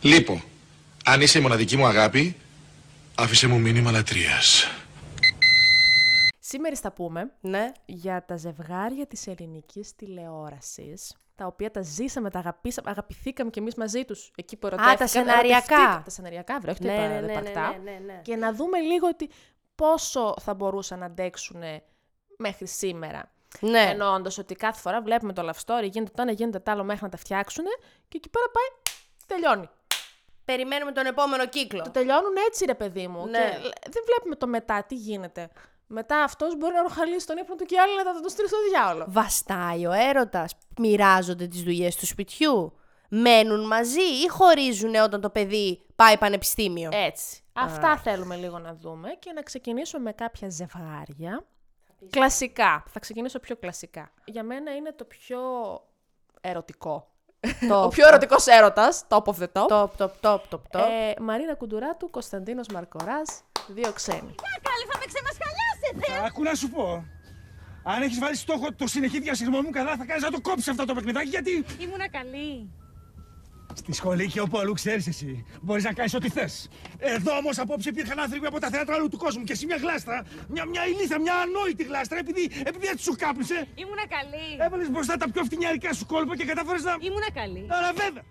Λείπω. Λοιπόν, Αν είσαι η μοναδική μου αγάπη, άφησε μου μήνυμα λατρείας. Σήμερα θα πούμε ναι, για τα ζευγάρια της ελληνικής τηλεόρασης, τα οποία τα ζήσαμε, τα αγαπήσαμε, αγαπηθήκαμε κι εμείς μαζί τους εκεί που ερωτεύτηκαν. σεναριακά. ερωτευτήκαν- Τα σεναριακά, βρε, όχι τα Ναι, ναι, υπα- ναι, ναι, υπαρκτά. ναι, ναι. Και να δούμε λίγο ότι πόσο θα μπορούσαν να αντέξουν μέχρι σήμερα. Ναι. Εννοώντας ότι κάθε φορά βλέπουμε το love story, γίνεται το ένα, γίνεται το άλλο μέχρι να τα φτιάξουν και εκεί πέρα πάει, τελειώνει. Περιμένουμε τον επόμενο κύκλο. Το τελειώνουν έτσι, ρε παιδί μου. Ναι. Και λ- δεν βλέπουμε το μετά, τι γίνεται. Μετά αυτός μπορεί να ροχαλίσει τον ύπνο του και οι άλλοι να τον στείλει στο διάολο. Βαστάει ο έρωτας. Μοιράζονται τις δουλειές του σπιτιού. Μένουν μαζί ή χωρίζουν όταν το παιδί πάει πανεπιστήμιο. Έτσι. Αυτά θέλουμε λίγο να δούμε και να ξεκινήσω με κάποια ζευγάρια. Κλασικά. Θα ξεκινήσω πιο κλασικά. Για μένα είναι το πιο ερωτικό. Top. Ο πιο ερωτικός έρωτας, top of the top. Top, top, top, top, top. Ε, Μαρίνα Κουντουράτου, Κωνσταντίνος Μαρκοράς, δύο ξένοι. Πάλι θα με ξεμασχαλιάσετε! Ακού να σου πω. Αν έχεις βάλει στόχο το συνεχή διασυρμό μου καλά, θα κάνεις να το κόψεις αυτό το παιχνιδάκι γιατί. Ήμουνα καλή. Στη σχολή και όπου αλλού ξέρεις εσύ. Μπορείς να κάνεις ό,τι θες. Εδώ όμως απόψε υπήρχαν άνθρωποι από τα θέατρα άλλου του κόσμου και εσύ μια γλάστρα, μια, μια ηλίθια, μια ανόητη γλάστρα, επειδή, επειδή έτσι σου κάπνισε. Ήμουνα καλή. Έβαλες μπροστά τα πιο φτηνιαρικά σου κόλπα και κατάφερες να. Ήμουνα καλή. Αλλά βέβαια!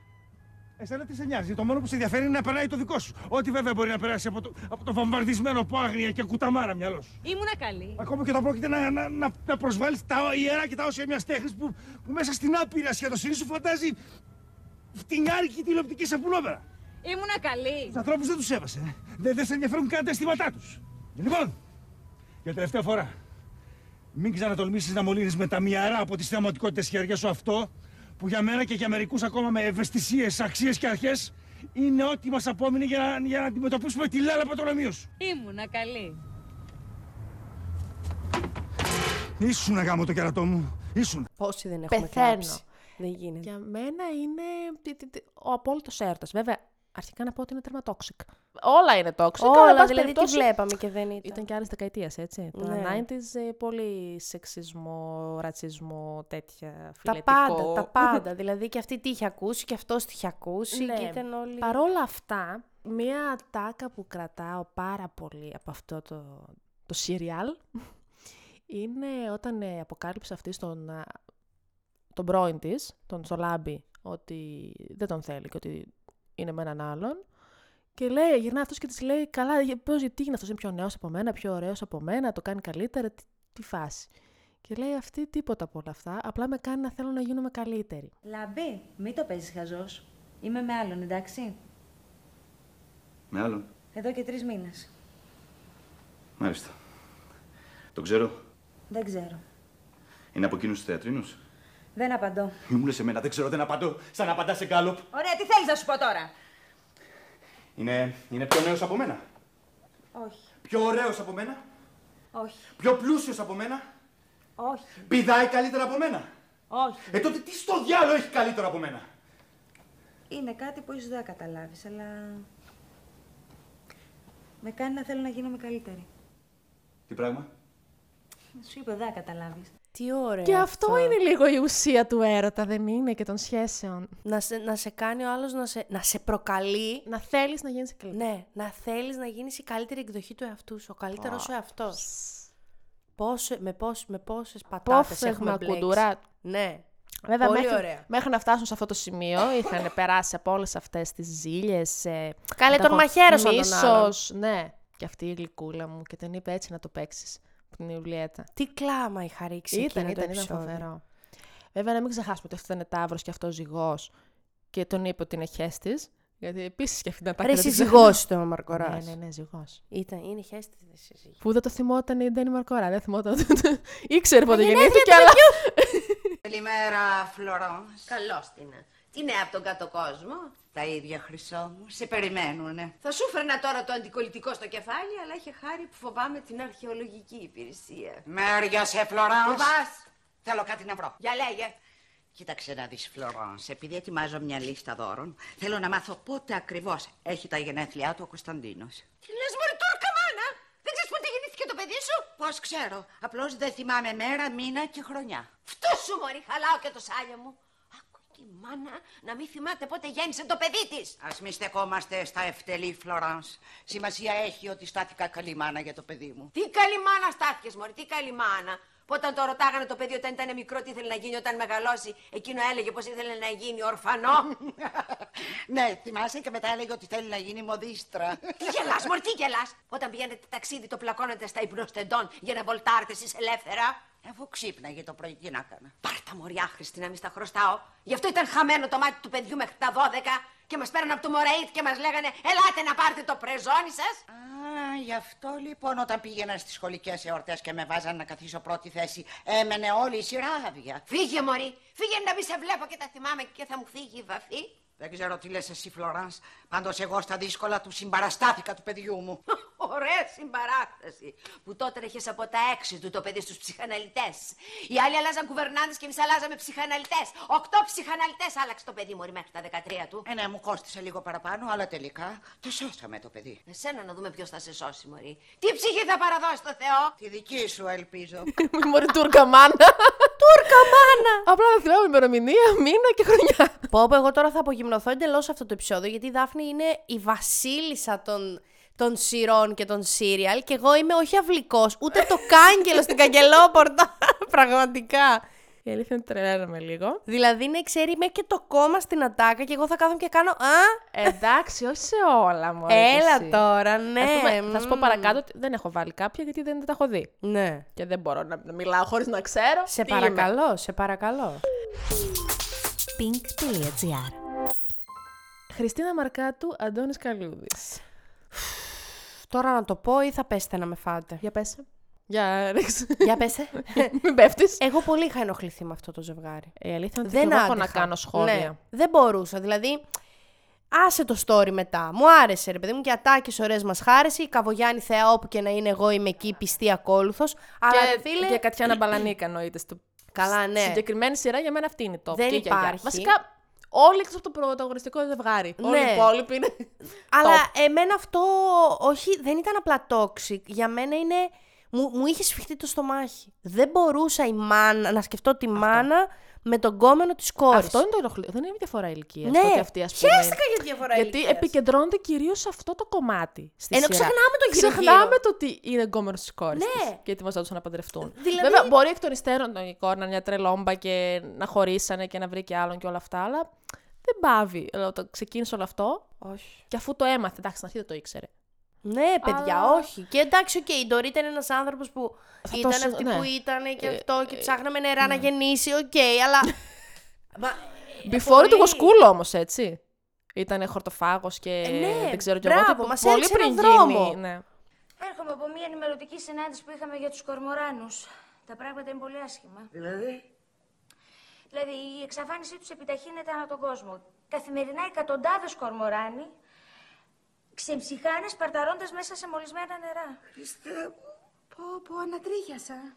Εσένα τι σε νοιάζει, το μόνο που σε ενδιαφέρει είναι να περνάει το δικό σου. Ό,τι βέβαια μπορεί να περάσει από το, από το βομβαρδισμένο από άγνοια και κουταμάρα μυαλό σου. Ήμουνα καλή. Ακόμα και όταν πρόκειται να, να, να, να προσβάλλεις τα ιερά και τα όσια μια τέχνη που, που μέσα στην άπειρα ασχετοσύνη σου φαντάζει φτηνιάρικη τηλεοπτική σαπουνόπερα. Ήμουνα καλή. Τους ανθρώπους δεν τους σέβασε. ε. Δεν, δεν σε ενδιαφέρουν καν τα αισθήματά τους. Λοιπόν, για τελευταία φορά, μην ξανατολμήσεις να μολύνεις με τα μυαρά από τις θεαματικότητες χέρια σου αυτό που για μένα και για μερικούς ακόμα με ευαισθησίες, αξίες και αρχές είναι ό,τι μας απόμεινε για να, για να αντιμετωπίσουμε τη λάλαπα του λαμίου σου. Ήμουνα καλή. Ήσουν αγάμο το κερατό μου. Ήσουν. Πόσοι δεν έχουμε Πεθαίνω. κάψει. Δεν γίνεται. Για μένα είναι τι- τι- τι- ο απόλυτος έρωτας. Βέβαια, αρχικά να πω ότι είναι τερματόξικ. Όλα είναι toxic. αλλά, εν Όλα πάση δηλαδή τι περιπτώσει, βλέπαμε και δεν ήταν. Ήταν και άλλε δεκαετίε, έτσι. Ναι. Τα 90s, ε, πολύ σεξισμό, ρατσισμό, τέτοια Τα φιλετικό. πάντα, τα πάντα. δηλαδή και αυτή τι είχε ακούσει και αυτός τι είχε ακούσει Ναι. και ήταν όλοι. Παρόλα αυτά, μία τάκα που κρατάω πάρα πολύ από αυτό το, το σύριαλ είναι όταν ε, αποκάλυψε αυτή στον α, τον πρώην της, τον Σολάμπη, ότι δεν τον θέλει και ότι είναι με έναν άλλον. Και λέει, γυρνά αυτός και της λέει, καλά, για- πώς, γιατί είναι αυτός, είναι πιο νέος από μένα, πιο ωραίος από μένα, το κάνει καλύτερα, τι, τι φάση. Και λέει αυτή τίποτα από όλα αυτά, απλά με κάνει να θέλω να γίνομαι καλύτερη. Λαμπή, μην το παίζεις χαζός. Είμαι με άλλον, εντάξει. Με άλλον. Εδώ και τρεις μήνες. Μάλιστα. Το ξέρω. Δεν ξέρω. Είναι από εκείνους τους θεατρίνους. Δεν απαντώ. Μη μου λε εμένα, δεν ξέρω, δεν απαντώ. Σαν να απαντάς σε γκάλοπ. Ωραία, τι θέλεις να σου πω τώρα. Είναι, είναι πιο νέος από μένα. Όχι, Πιο ωραίος από μένα. όχι, Πιο πλούσιος από μένα. όχι, Πηδάει καλύτερα από μένα. όχι. Ε τότε τι στο διάλογο έχει καλύτερο από μένα. Είναι κάτι που ίσως δεν καταλάβεις, αλλά... Με κάνει να θέλω να γίνομαι καλύτερη. Τι πράγμα. Σου είπα, δεν καταλάβεις. Τι ωραίο. Και αυτό είναι λίγο η ουσία του έρωτα, δεν είναι, και των σχέσεων. Να σε, να σε κάνει ο άλλος να σε, να σε προκαλεί. Να θέλεις να γίνεις καλύτερα. Ναι, να θέλεις να γίνεις η καλύτερη εκδοχή του εαυτού σου, ο καλύτερος σου εαυτό. με, πόσ, με πόσες πατάτες Πόφθεγμα έχουμε μπλέξει. κουντουρά. Ναι. Βέβαια, Πολύ μέχρι, ωραία. μέχρι να φτάσουν σε αυτό το σημείο, είχαν περάσει από όλες αυτές τις ζήλιες. Ε, Καλέ, τον ανταγων- μαχαίρωσαν τον μίσος, άλλον. Ναι, και αυτή η γλυκούλα μου και την είπε έτσι να το παίξεις. Την Ιουλιέτα. Τι κλάμα είχα ρίξει Ήταν, εκείνο ήταν, το ήταν επεισόδιο. φοβερό. Βέβαια, να μην ξεχάσουμε ότι αυτό ήταν τάβρο και αυτός ζυγός και τον είπε ότι είναι χέστης. Γιατί επίσης και αυτή ήταν τα Ρε σύζυγός του ο Μαρκοράς. Ναι, ναι, ναι, ζυγός. Ήταν, είναι χέστης τη σύζυγη. Που δεν το θυμόταν η Ντένι Μαρκορά. Δεν θυμόταν. ότι- Ήξερε πότε γενέθλια γεννήθηκε, του αλλά. Καλημέρα, Φλωρό. Καλώ την. Τι νέα από τον κάτω κόσμος. Τα ίδια χρυσό μου, σε περιμένουνε. Θα σου φέρνα τώρα το αντικολλητικό στο κεφάλι, αλλά είχε χάρη που φοβάμαι την αρχαιολογική υπηρεσία. Μέρια σε Φλωρό. Φοβάς. Θέλω κάτι να βρω. Για λέγε. Κοίταξε να δεις Φλωρόνς, επειδή ετοιμάζω μια λίστα δώρων, θέλω να μάθω πότε ακριβώς έχει τα γενέθλιά του ο Κωνσταντίνος. Τι λες μωρή τούρκα μάνα. Δεν ξέρεις πότε γεννήθηκε το παιδί σου. Πώς ξέρω, απλώς δεν θυμάμαι μέρα, μήνα και χρονιά. Φτού σου μωρή, χαλάω και το σάλιο μου. Άκου, τη μάνα να μην θυμάται πότε γέννησε το παιδί της. Ας μη στεκόμαστε στα ευτελή, Φλωράνς. Σημασία έχει ότι στάθηκα καλή μάνα για το παιδί μου. Τι καλή μάνα στάθηκες μωρή, τι καλή μάνα. Όταν το ρωτάγανε το παιδί όταν ήταν μικρό τι ήθελε να γίνει, όταν μεγαλώσει, εκείνο έλεγε πως ήθελε να γίνει ορφανό. ναι, θυμάσαι και μετά έλεγε ότι θέλει να γίνει μοδίστρα. τι γελάς μωρή, τι γελάς. Όταν πηγαίνετε ταξίδι το πλακώνετε στα υπνοστεντών για να βολτάρετε εσείς ελεύθερα. Αφού ξύπναγε το πρωί, τι να έκανα. Πάρτα μωρή άχρηστη να μην στα χρωστάω. Γι' αυτό ήταν χαμένο το μάτι του παιδιού μέχρι τα 12 και μας πέραν από το Μωρέιτ και μας λέγανε «Ελάτε να πάρετε το πρεζόνι σας». Α, γι' αυτό λοιπόν όταν πήγαινα στις σχολικές εορτές και με βάζαν να καθίσω πρώτη θέση, έμενε όλη η σειρά άδεια. Φύγε μωρή, φύγε να μην σε βλέπω και τα θυμάμαι και θα μου φύγει η βαφή. Δεν ξέρω τι λες εσύ, Φλωράνς. Πάντως εγώ στα δύσκολα του συμπαραστάθηκα του παιδιού μου. Ωραία συμπαράσταση που τότε έχεις από τα έξι του το παιδί στους ψυχαναλυτές. Οι άλλοι αλλάζαν κουβερνάντες και εμείς αλλάζαμε ψυχαναλυτές. Οκτώ ψυχαναλυτές άλλαξε το παιδί μωρή μέχρι τα 13 του. Ε, ναι, μου κόστησε λίγο παραπάνω, αλλά τελικά το σώσαμε το παιδί. Εσένα να δούμε ποιος θα σε σώσει μωρή. Τι ψυχή θα παραδώσει στο Θεό. Τη δική σου, ελπίζω. Μωρή Τούρκα μάνα. Τούρκα μάνα. Απλά δεν θυμάμαι ημερομηνία, μήνα και χρονιά. Πω, πω, εγώ τώρα θα απογυμνωθώ εντελώς αυτό το επεισόδιο, γιατί η Δάφνη είναι η βασίλισσα των, των σειρών και των σύριαλ και εγώ είμαι όχι αυλικός, ούτε το κάγκελο στην καγκελόπορτα, πραγματικά. Η αλήθεια είναι ότι τρελαίναμε λίγο. Δηλαδή, ναι, ξέρει, είμαι και το κόμμα στην ατάκα και εγώ θα κάθομαι και κάνω «Α, Εντάξει, όχι σε όλα μωρή. έλα εσύ. τώρα, ναι». Ας πούμε, θα σου πω μμ». παρακάτω ότι δεν έχω βάλει κάποια γιατί δεν τα έχω δει. Ναι. Και δεν μπορώ να, να μιλάω χωρίς να ξέρω. Σε τι είμαι. παρακαλώ, σε παρακαλώ. pink.gr Χριστίνα Μαρκάτου, Αντώνης Καλιούδης. Τώρα να το πω ή θα πέστε να με φάτε. Για πέσε. Για ρίξε. Για πέστε. Μην πέφτεις. Εγώ πολύ είχα ενοχληθεί με αυτό το ζευγάρι. Η αλήθεια είναι Ε, ότι Δεν και εγώ έχω άντεχα. να κάνω σχόλια. Ναι, δεν μπορούσα. Δηλαδή, άσε το story μετά. Μου άρεσε, ρε παιδί μου, και ατάκε ωραίες μας χάρεσε. Η Καβογιάννη Θεά, όπου και να είναι, εγώ είμαι εκεί πιστή ακόλουθος. Αλλά Και, ρε φίλε. και Κατιάνα Μπαλανίκα εννοείται. Στο... Καλά, ναι. στη Συγκεκριμένη σειρά για μένα αυτή είναι η top. Δεν και η γιαγιά. υπάρχει. Βασικά όλοι εκτός από το πρωταγωνιστικό ζευγάρι. Όλοι Ναι. οι υπόλοιποι είναι. Αλλά εμένα αυτό, όχι, δεν ήταν απλά toxic. Για μένα είναι. Μου, μου είχε σφιχτεί το στομάχι. Δεν μπορούσα η μάνα, να σκεφτώ τη μάνα με τον κόμενο της κόρης. Αυτό είναι το ενοχλητικό. Δεν είναι διαφορά ηλικίας. Ναι, Ότι αυτή, ας πούμε, χαίστηκα για τη διαφορά Γιατί ηλικίας. επικεντρώνεται κυρίως σε αυτό το κομμάτι. Στη Ενώ σειρά. ξεχνάμε το γύρω-γύρω. Ξεχνάμε το ότι είναι εγκόμενο της κόρης. Ναι. Και ετοιμαζόντουσαν να παντρευτούν. Δηλαδή- Βέβαια, μπορεί εκ των υστέρων η κόρη να είναι μια τρελόμπα και να χωρίσανε και να βρει και άλλον και όλα αυτά, αλλά δεν πάβει. Ε, Όταν ξεκίνησε όλο αυτό, Όχι. και αφού το έμαθε, εντάξει, στην αρχή δεν το ήξερε. Ναι, παιδιά, Αλλά- όχι. Και εντάξει, οκ, η Ντορή ήταν ένας άνθρωπος που Αυτό ήταν σου- αυτή ναι. ε, που ήταν και αυτό και ψάχναμε νερά να γεννήσει, οκ, αλλά. Μα, Before πολύ. του Γοσκούλο όμως, έτσι. Ήταν χορτοφάγος και Ε, ναι, δεν ξέρω κι μπράβο, εγώ. τι, μας πολύ έριξε πριν έναν δρόμο. γίνει. Ναι. Έρχομαι από μια ενημερωτική συνάντηση που είχαμε για τους κορμοράνους. Τα πράγματα είναι πολύ άσχημα. δηλαδή, Δηλαδή, η εξαφάνισή τους επιταχύνεται ανά τον κόσμο. Καθημερινά εκατοντάδες κορμοράνοι ξεμψυχάνε σπαρταρώντας μέσα σε μολυσμένα νερά. Πω πω ανατρίχιασα.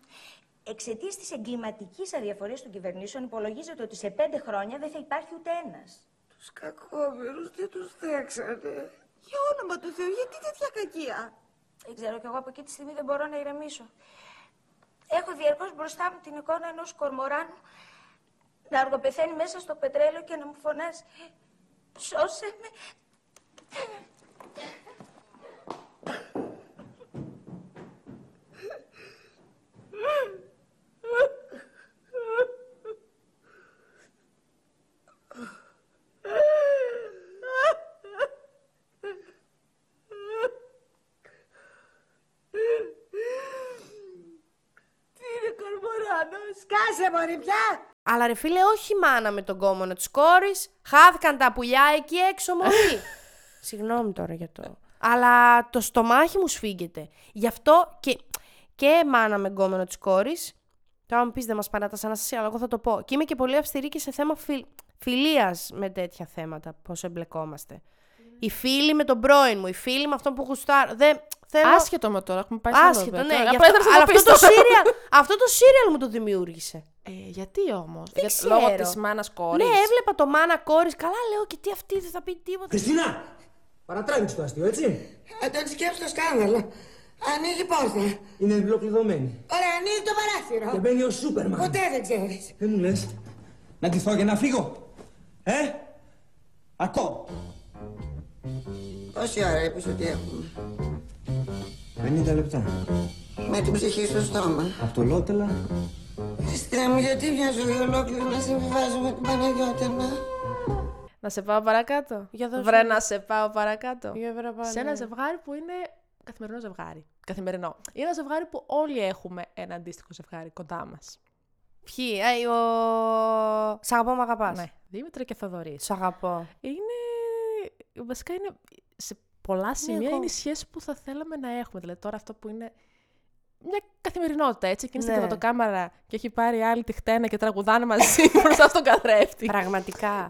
Εξαιτίας της εγκληματικής αδιαφορίας των κυβερνήσεων, υπολογίζεται ότι σε πέντε χρόνια δεν θα υπάρχει ούτε ένας. Τους κακόμενους δεν τους δέξανε. Για όνομα του Θεού, γιατί τέτοια κακία. Δεν ξέρω κι εγώ από εκεί τη στιγμή δεν μπορώ να ηρεμήσω. Έχω διαρκώς μπροστά μου την εικόνα ενός κορμοράνου να αργοπεθαίνει μέσα στο πετρέλαιο και να μου φωνάζει. Σώσε με. Αλλά ρε φίλε, όχι η μάνα με τον κόμονο τη κόρη. Χάθηκαν τα πουλιά εκεί έξω, μωρή. Συγγνώμη τώρα για το. Αλλά το στομάχι μου σφίγγεται. Γι' αυτό και, και μάνα με κόμονο της κόρης. Τώρα μου πεις δεν μας παράτασε ανάσταση, αλλά εγώ θα το πω. Και είμαι και πολύ αυστηρή και σε θέμα φιλ... φιλίας με τέτοια θέματα. Πώς εμπλεκόμαστε. Οι φίλοι με τον πρώην μου, οι φίλοι με αυτόν που γουστάρω. Δεν θέλω. Άσχετο με τώρα, έχουμε πάει σε άλλο Άσχετο, επίπεδο. ναι. Γι' Απλά αυτό, ήθελα να το αλλά πεις αυτό το, τώρα. σύριαλ, αυτό το σύριαλ μου το δημιούργησε. Ε, γιατί όμως. ξέρω. Λόγω της μάνας κόρη. Ναι, έβλεπα το μάνα κόρης. Καλά, λέω και τι αυτή δεν θα πει τίποτα. Χριστίνα! Παρατράβηξε το αστείο, έτσι. Ε, τον σκέψω σκάνδαλο. Ανοίγει η πόρτα. Είναι εμπλοκλειδωμένη. Ωραία, ανοίγει το παράθυρο. Και μπαίνει ο Σούπερμαν. Ποτέ δεν ξέρεις. Δεν μου λες. Να κλειστώ για να φύγω. Ε, ακόμα. Πόση ώρα είπες ότι έχουμε. 50 λεπτά. Με την ψυχή στο στόμα. Αυτολότελα. Χριστέ μου, γιατί μια ζωή ολόκληρη να συμβιβάζω με την Παναγιώτα, να. Να σε πάω παρακάτω. Για δώσε Βρε μου. να σε πάω παρακάτω. Για βρε πάλι. σε ένα ζευγάρι που είναι καθημερινό ζευγάρι. Καθημερινό. Είναι ένα ζευγάρι που όλοι έχουμε ένα αντίστοιχο ζευγάρι κοντά μας. Ποιοι, ε, ο... Σ' αγαπώ, μ' αγαπάς. Ναι. Δήμητρα και Θοδωρής. Σ' αγαπώ. Είναι. Βασικά είναι. Σε πολλά σημεία εγώ. είναι η σχέση που θα θέλαμε να έχουμε. Δηλαδή τώρα αυτό που είναι. Μια καθημερινότητα έτσι. Εκείνη στην Ναι. κρεβατοκάμαρα και έχει πάρει άλλη τη χτένα και τραγουδάνε μαζί μπροστά στον καθρέφτη. Πραγματικά.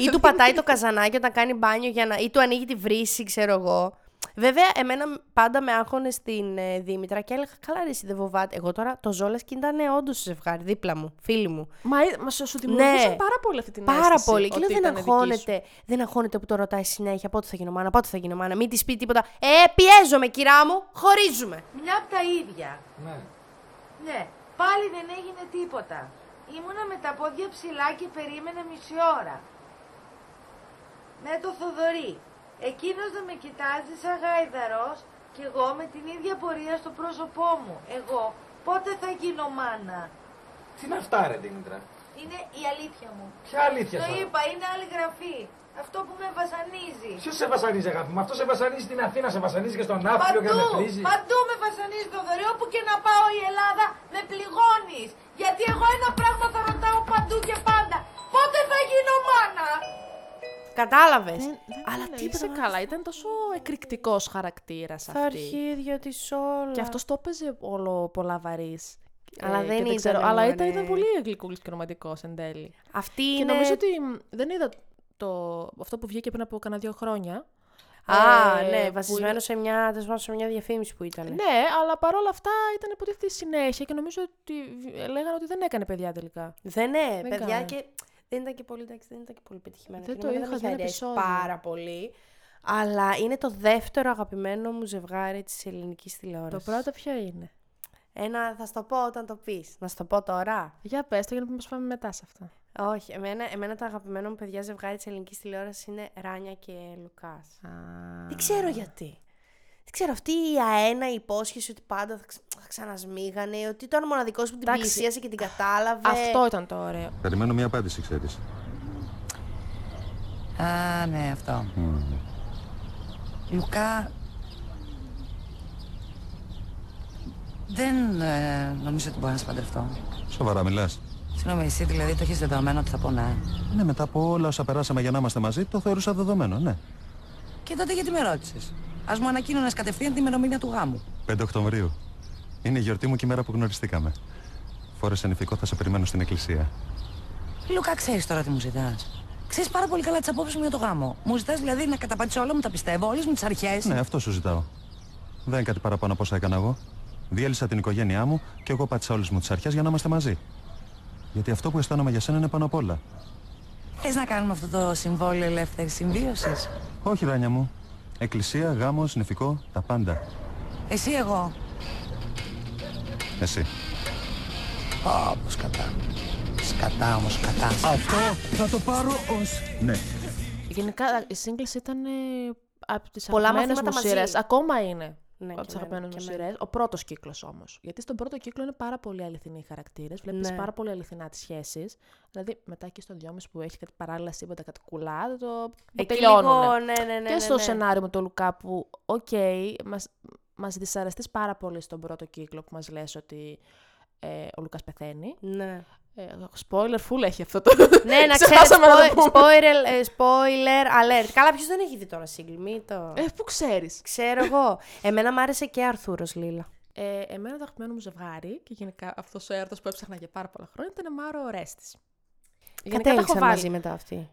ή του πατάει το καζανάκι όταν κάνει μπάνιο για να... ή του ανοίγει τη βρύση, ξέρω εγώ. Βέβαια, εμένα πάντα με άγχωνε στην ε, Δήμητρα και έλεγα: Καλά, ρε, εσύ δεν φοβάται. Εγώ τώρα το ζόλα και ήταν όντω ζευγάρι, δίπλα μου, φίλοι μου. Μα, ε, μα σου σου δημιουργούσαν πάρα πολύ αυτή την Πάρα αίσθηση πολύ. Και λέω: ότι Δεν ήταν δική σου. αγχώνεται. Δεν αγχώνεται που το ρωτάει συνέχεια πότε θα γίνω μάνα, πότε θα γίνω μάνα. Μην της πει τίποτα. Ε, πιέζομαι, κυρά μου, χωρίζουμε. Μια από τα ίδια. Ναι. Ναι, πάλι δεν έγινε τίποτα. Ήμουνα με τα πόδια ψηλά και περίμενα μισή ώρα. Με το Θοδωρή. Εκείνος να με κοιτάζει σαν γάιδαρος και εγώ με την ίδια πορεία στο πρόσωπό μου. Εγώ πότε θα γίνω μάνα. Τι είναι αυτά, ρε Δήμητρα. Είναι η αλήθεια μου. Ποια αλήθεια Το σου είπα, είναι άλλη γραφή. Αυτό που με βασανίζει. Ποιος σε βασανίζει, αγάπη μου. Αυτό σε βασανίζει στην Αθήνα, σε βασανίζει και στον Ναύπλιο και Παντού, με βρίζει. παντού με βασανίζει το δωρεό όπου και να πάω η Ελλάδα με πληγώνεις. Γιατί εγώ ένα πράγμα θα ρωτάω παντού και πάντα. Πότε θα γίνω μάνα. Κατάλαβες. Αλλά τι είσαι καλά, ήταν τόσο εκρηκτικός χαρακτήρας αυτή. Τα αρχίδια της όλα. Και αυτός το έπαιζε όλο πολλά Ε, βαρύ. Αλλά δεν ήταν, Αλλά μωρέ. ήταν, ναι. ήταν πολύ γλυκούλης και ρομαντικός εν τέλει. και Αυτή είναι- νομίζω ότι μ, δεν είδα το, αυτό που βγήκε πριν από κανένα δύο χρόνια. Α, ε, ναι, που βασισμένος σε μια, τέλος πάντων, σε μια διαφήμιση που ήταν. Ναι, αλλά παρόλα αυτά ήταν υποτίθεται η συνέχεια και νομίζω ότι β- λέγανε ότι δεν έκανε παιδιά τελικά. Δεν, ναι, παιδιά έκανε. και δεν ήταν και πολύ, εντάξει, δεν ήταν και πολύ πετυχημένο. Δεν Και το εμένα είχα με δει είχε ένα αρέσει επεισόδιο. πάρα πολύ. Αλλά είναι το δεύτερο αγαπημένο μου ζευγάρι της ελληνικής τηλεόρασης. Το πρώτο ποιο είναι. Ένα, θα σου το πω όταν το πεις. Να σου το πω τώρα. Για πες το για να μας πάμε μετά σε αυτά. Όχι, εμένα, εμένα τα αγαπημένα μου παιδιά ζευγάρι της ελληνικής τηλεόρασης είναι Ράνια και Λουκάς. Δεν ξέρω γιατί. Δεν ξέρω, αυτή η αένα η υπόσχεση ότι πάντα θα, ξα- θα ξανασμίγανε, ότι ήταν ο μοναδικός που την Εντάξει. πλησίασε και την κατάλαβε. Αυτό ήταν το ωραίο. Περιμένω μια απάντηση, ξέρεις. Α, ναι, αυτό. Λουκά... Δεν ε, νομίζω ότι μπορώ να σε παντρευτώ. Σοβαρά μιλάς. Συγγνώμη, εσύ δηλαδή το έχεις δεδομένο ότι θα πω ναι. Ναι, μετά από όλα όσα περάσαμε για να είμαστε μαζί, το θεωρούσα δεδομένο, ναι. Και τότε γιατί με ρώτησες. Ας μου ανακοίνωνες κατευθείαν την ημερομηνία του γάμου. 5 Οκτωβρίου. Είναι η γιορτή μου και η μέρα που γνωριστήκαμε. Φόρεσε νηφικό, θα σε περιμένω στην εκκλησία. Λουκά, ξέρεις τώρα τι μου ζητάς. Ξέρεις πάρα πολύ καλά τις απόψεις μου για το γάμο. Μου ζητάς δηλαδή να καταπατήσω όλα μου τα πιστεύω, όλες μου τις αρχές. Ναι, αυτό σου ζητάω. Δεν είναι κάτι παραπάνω από όσα έκανα εγώ. Διέλυσα την οικογένειά μου και εγώ πάτησα όλες μου τις αρχές για να είμαστε μαζί. Γιατί αυτό που αισθάνομαι για σένα είναι πάνω απ' όλα. Θες να κάνουμε αυτό το συμβόλαιο ελεύθερης συμβίωσης. Όχι, Ράνια μου. Εκκλησία, γάμος, νηφικό, τα πάντα. Εσύ εγώ. Εσύ. Ω, πως κατά. Σκατά όμως, κατά. Αυτό θα το πάρω ως... Ναι. Γενικά η σύγκληση ήταν ε, από τις Πολλά αγαπημένες μου μαθήματα μαζί. σειρές. Ακόμα είναι. Ναι, από και τις εμένα, αγαπημένες μου και εμένα. σειρές. Ο πρώτος κύκλος όμως. Γιατί στον πρώτο κύκλο είναι πάρα πολύ αληθινοί οι χαρακτήρες. Βλέπεις Ναι. πάρα πολύ αληθινά τις σχέσεις. Δηλαδή μετά και στο δυόμιση που έχει κάτι παράλληλα σύμπαντα, κάτι κουλά, το, το Εκεί λίγο, τελειώνουν. ναι, ναι, ναι, και ναι, στο ναι. σενάριο με το Λουκά που, οκ, μας, μας δυσαρεστείς πάρα πολύ στον πρώτο κύκλο που μας λες ότι ε, ο Λουκάς πεθαίνει. Ναι. Ε, spoiler full έχει αυτό το... Ναι, να ξέρετε, Ξεχάσαμε να το spoil- πούμε. spoiler, ε, spoiler alert. Καλά, ποιος δεν έχει δει τώρα σύγκλι, μη το... Ε, πού ξέρεις. Ξέρω εγώ. Εμένα μ' άρεσε και Αρθούρος Λίλα. Ε, εμένα το αγαπημένο μου ζευγάρι και γενικά αυτός ο έρωτας που έψαχνα για πάρα πολλά χρόνια ήταν Μάρο Ρέστης. Κατέληξαν μαζί μετά αυτοί.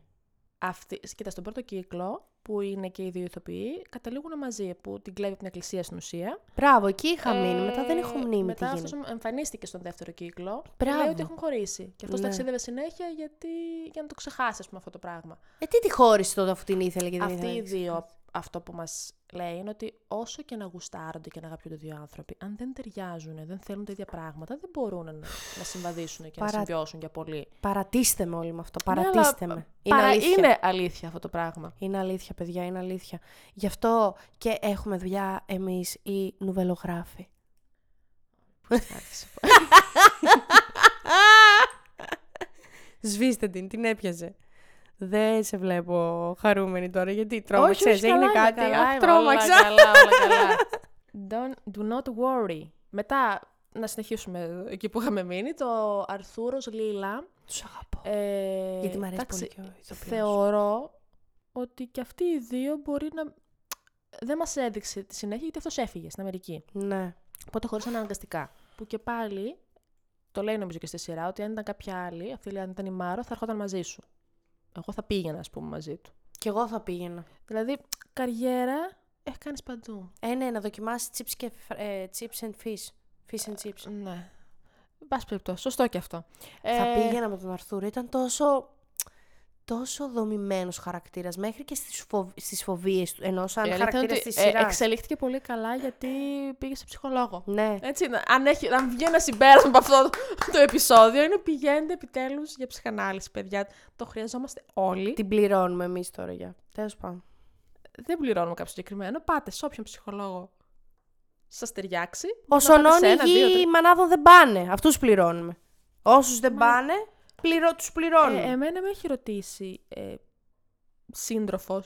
Αυτή, κοίτα, στον πρώτο κύκλο που είναι και οι δύο ηθοποιοί, καταλήγουν μαζί που την κλέβει από την εκκλησία στην ουσία. Μπράβο, εκεί είχα Ε, μείνει. Μετά δεν έχω μνήμη τι Μετά γίνεται. αυτό εμφανίστηκε στον δεύτερο κύκλο. Και Μπράβο. λέει ότι έχουν χωρίσει. Και αυτός Ναι. ταξίδευε συνέχεια γιατί, για να το ξεχάσει, ας πούμε, αυτό το πράγμα. Ε, τι τη χώρισε τότε αφού την ήθελε και δεν Αυτοί ήθελε. οι δύο αυτό που μας λέει είναι ότι όσο και να γουστάρονται και να αγαπιούνται δύο άνθρωποι, αν δεν ταιριάζουν, δεν θέλουν τα ίδια πράγματα, δεν μπορούν να, να συμβαδίσουν και Παρα- να συμβιώσουν για πολύ. Παρατήστε με όλοι με αυτό. Ναι, αλλά, Παρατήστε με. Είναι, παρα- αλήθεια. είναι αλήθεια αυτό το πράγμα. Είναι αλήθεια, παιδιά, είναι αλήθεια. Γι' αυτό και έχουμε δουλειά εμείς οι νουβελογράφοι. Σβήστε την, την έπιαζε. Δεν σε βλέπω χαρούμενη τώρα γιατί τρόμαξες. όχι, Έγινε καλά είμαι, κάτι. καλά Αχ, είμαι, τρόμαξα. όλα καλά, όλα καλά. Don't, do not worry. Μετά, να συνεχίσουμε εκεί που είχαμε μείνει, το Αρθούρος Λίλα. Τους αγαπώ. Ε, Γιατί μ' αρέσει εντάξει, πολύ και ο ηθοποιός. Θεωρώ ότι και αυτοί οι δύο μπορεί να... Δεν μας έδειξε τη συνέχεια γιατί αυτός έφυγε στην Αμερική. Ναι. Οπότε χωρίς αναγκαστικά. Που και πάλι, το λέει νομίζω και στη σειρά, ότι αν ήταν κάποια άλλη, αυτή λέει αν ήταν η Μάρο, θα ερχόταν μαζί σου. Εγώ θα πήγαινα, ας πούμε, μαζί του. Κι εγώ θα πήγαινα. Δηλαδή, καριέρα έχεις κάνεις παντού. Ε, ναι, να δοκιμάσεις chips, και, φρα- ε, chips and fish. Fish and chips. Ναι. Εν πάση περιπτώσει, σωστό και αυτό. Θα Ε, πήγαινα με τον Αρθούρο. Ήταν τόσο, τόσο δομημένος χαρακτήρας μέχρι και στις φοβ... στις φοβίες του. Ενώ σαν η αλήθεια είναι χαρακτήρα ότι, τη ε, σειρά. εξελίχθηκε πολύ καλά γιατί πήγε σε ψυχολόγο. Ναι. Έτσι, να- αν, έχει, αν βγει ένα συμπέρασμα από αυτό το, το επεισόδιο, είναι πηγαίνετε επιτέλους για ψυχανάλυση, παιδιά. Το χρειαζόμαστε όλοι. Την πληρώνουμε εμείς τώρα για. Τέλος πάντων. Δεν πληρώνουμε κάποιο συγκεκριμένο. Πάτε σε όποιον ψυχολόγο σας ταιριάξει. Ε, Όσο Να πάτε σε όνοι ένα, δύο, τρία. γη μανάδο δεν πάνε. Αυτούς πληρώνουμε. Όσους δεν πάνε, πληρώ, τους πληρώνουμε. Ε, εμένα με έχει ρωτήσει ε, σύντροφος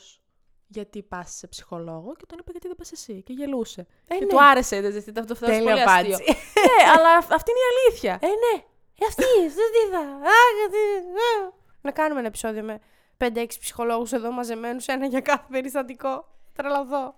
γιατί πας σε ψυχολόγο και τον είπα γιατί δεν πας εσύ. Και γελούσε. Ε, και ναι. του άρεσε, δεν ζητείτε αυτό αυτό Τέλεια πολύ αστείο. απάντηση. ναι, αλλά αυ- αυτή είναι η αλήθεια. Ε, ναι. Ε, αυτή, δεν τι θα. Α, γιατί- α. Να κάνουμε ένα επεισόδιο με 5-6 ψυχολόγους εδώ μαζεμένους, ένα για κάθε περιστατικό. Τρελαδό.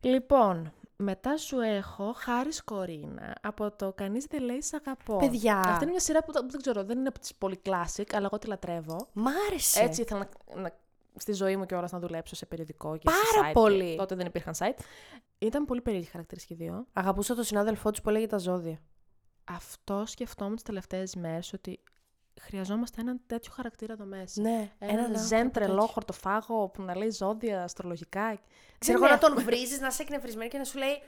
Λοιπόν, μετά σου έχω Χάρη Κορίνα από το Κανείς δεν λέει Σ' αγαπώ. Παιδιά. Αυτή είναι μια σειρά που, που δεν ξέρω, δεν είναι από τις πολύ classic, αλλά εγώ τη λατρεύω. Μ' άρεσε. Έτσι ήθελα να, να- στη ζωή μου και όλα να δουλέψω σε περιοδικό και σε Πάρα site. πολύ. Τότε δεν υπήρχαν site. Ήταν πολύ περίεργη χαρακτηριστική δύο. Αγαπούσα τον συνάδελφό τους που έλεγε τα ζώδια. αυτό σκεφτόμουν τις τελευταίες μέρες ότι χρειαζόμαστε έναν τέτοιο χαρακτήρα εδώ μέσα. Ναι, έναν έναν άνθρωπο ζεν τρελό τέτοιο. χορτοφάγο που να λέει ζώδια αστρολογικά. Ξέρω Δεν εγώ να έχουμε. τον βρίζεις, να είσαι εκνευρισμένη και να σου λέει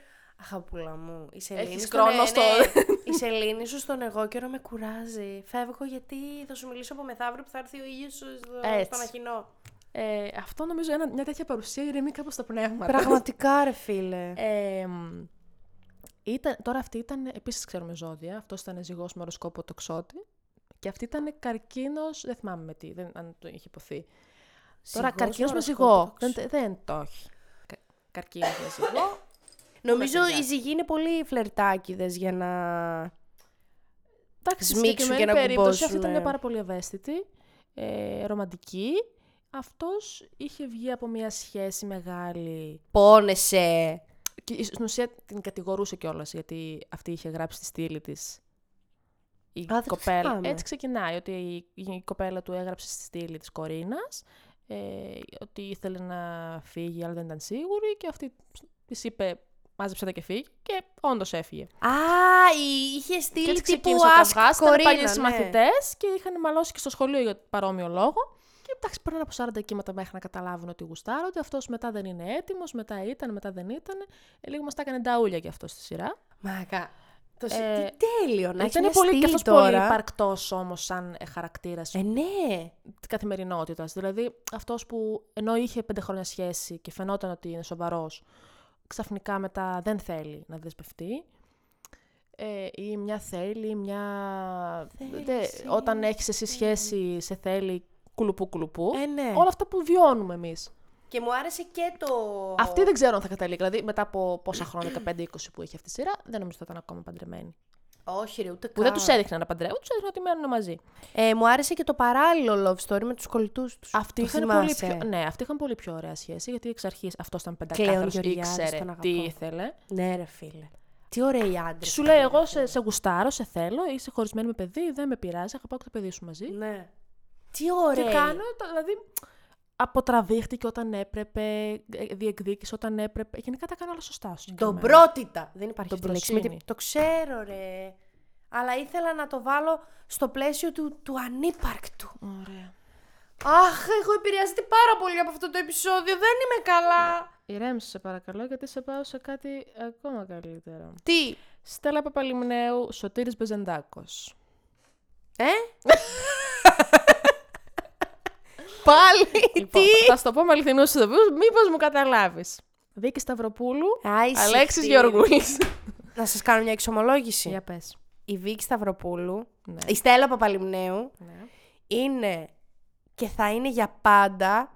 Αγαπούλα μου, η Σελήνη. Έχεις στον- χρόνο ναι, στο- ναι. η Σελήνη σου στον εγώ καιρό με κουράζει. Φεύγω γιατί θα σου μιλήσω από μεθαύριο που θα έρθει ο ήλιος στον Έτσι. αχινό. Ε, αυτό νομίζω ένα, μια τέτοια παρουσία ηρεμεί κάπως τα πνεύματα. Πραγματικά, ρε φίλε. Ε, μ, ήταν, τώρα αυτή ήταν, επίσης ξέρουμε ζώδια, αυτός ήταν ζυγός με οροσκόπο τοξότη και αυτή ήταν καρκίνος, δεν θυμάμαι με τι, δεν, αν το είχε υποθεί. τώρα Ζυγός με καρκίνος με οροσκόπο ζυγό, δεν, τοξότη. δεν το έχει. Κα- καρκίνος με Ε, ζυγό. Νομίζω παιδιά. οι ζυγοί είναι πολύ φλερτάκιδες για να. Εντάξει, στη Σμίξου συγκεκριμένη και ναι. να περίπτωση κουμπώσουνε. αυτή ήταν μια πάρα πολύ ευαίσθητη, ε, ρομαντική. Αυτός είχε βγει από μια σχέση μεγάλη Πόνεσαι. και στην ουσία την κατηγορούσε κιόλας γιατί αυτή είχε γράψει τη στήλη της. Η δεν το κοπέλα. θυμάμαι. Έτσι ξεκινάει, ότι η, η κοπέλα του έγραψε στη στήλη της Κορίνας, ε, ότι ήθελε να φύγει αλλά δεν ήταν σίγουρη και αυτή της είπε μάζεψε τα και φύγει και όντως έφυγε. Α, η- είχε Και στείλει έτσι τύπου ξεκίνησε ο καυγάς. Ask Ήταν Κορίνα. παλιέ ναι. μαθητέ και είχαν μαλώσει και στο σχολείο για παρόμοιο λόγο. Και εντάξει, πέραν από 40 κύματα μέχρι να καταλάβουν ότι γουστάρονται. Αυτός μετά δεν είναι έτοιμος, μετά ήταν, μετά δεν ήταν. Ε, λίγο μας τα έκανε νταούλια κι αυτό στη σειρά. Μακα. Το... Ε, τι τέλειο να έχει Ήταν μια πολύ, στήλη και αυτός πολύ τώρα. υπαρκτός όμως, σαν χαρακτήρας Ε, ναι. της καθημερινότητας. Δηλαδή, αυτός που ενώ είχε πέντε χρόνια σχέση και φαινόταν ότι είναι σοβαρός, ξαφνικά μετά δεν θέλει να δεσμευτεί. Ε, ή μια θέλει, ή μια. Θέλεις, Δε- ε, όταν έχεις εσύ σχέση, σε θέλει κουλουπού κουλουπού. Ε, ναι. Όλα αυτά που βιώνουμε εμείς. Και μου άρεσε και το. Αυτή δεν ξέρω αν θα καταλήξει. Δηλαδή, μετά από πόσα χρόνια, 15-20 που είχε αυτή η σειρά, δεν νομίζω ότι θα ήταν ακόμα παντρεμένη. Όχι, ρε, ούτε Που δεν καν. τους έδειχναν να παντρεύουν, τους έδειχναν ότι μένουν μαζί. Ε, μου άρεσε και το παράλληλο love story με τους κολλητούς τους. Αυτοί είχαν, πολύ πιο, ναι, αυτοί είχαν πολύ πιο ωραία σχέση, γιατί εξ αρχής αυτός ήταν πεντακάθαρος, Γεωργιάδης, ήξερε τον αγαπώ. τι ήθελε. Ναι, ρε, φίλε. Τι ωραίοι άντρες. Σου λέει, εγώ σε, σε γουστάρω, σε θέλω, είσαι χωρισμένη με παιδί, δεν με πειράζει, αγαπάω και το παιδί σου μαζί. Ναι. Τι ωραίοι. Και κάνω, τα- δηλαδή, αποτραβήχτηκε όταν έπρεπε, ε, διεκδίκησε όταν έπρεπε. Γενικά τα κάνω όλα σωστά σου. Ντομπρότητα. Δεν υπάρχει αυτή η λέξη. Ντομπροσύνη. με την- Το ξέρω, ρε. Αλλά ήθελα να το βάλω στο πλαίσιο του, του ανύπαρκτου. Ωραία. Αχ, έχω επηρεαστεί πάρα πολύ από αυτό το επεισόδιο. Δεν είμαι καλά. Ηρέμησε, σε παρακαλώ, γιατί σε πάω σε κάτι ακόμα καλύτερο. Τι? Στέλλα Παπαλιμνέου, Σωτήρης Μπεζεντάκος. Ε? Πάλι, λοιπόν, τι? Θα σου το πω με αληθινούς ειδοποιούς, μήπως μου καταλάβεις. Δίκης Σταυροπούλου, Άι, Αλέξης συχτήρι. Γεωργούλης. Να σας κάνω μια εξομολόγηση. Για πες. Η Βίκη Σταυροπούλου, Ναι. η Στέλλα Παπαλιμνέου, είναι και θα είναι για πάντα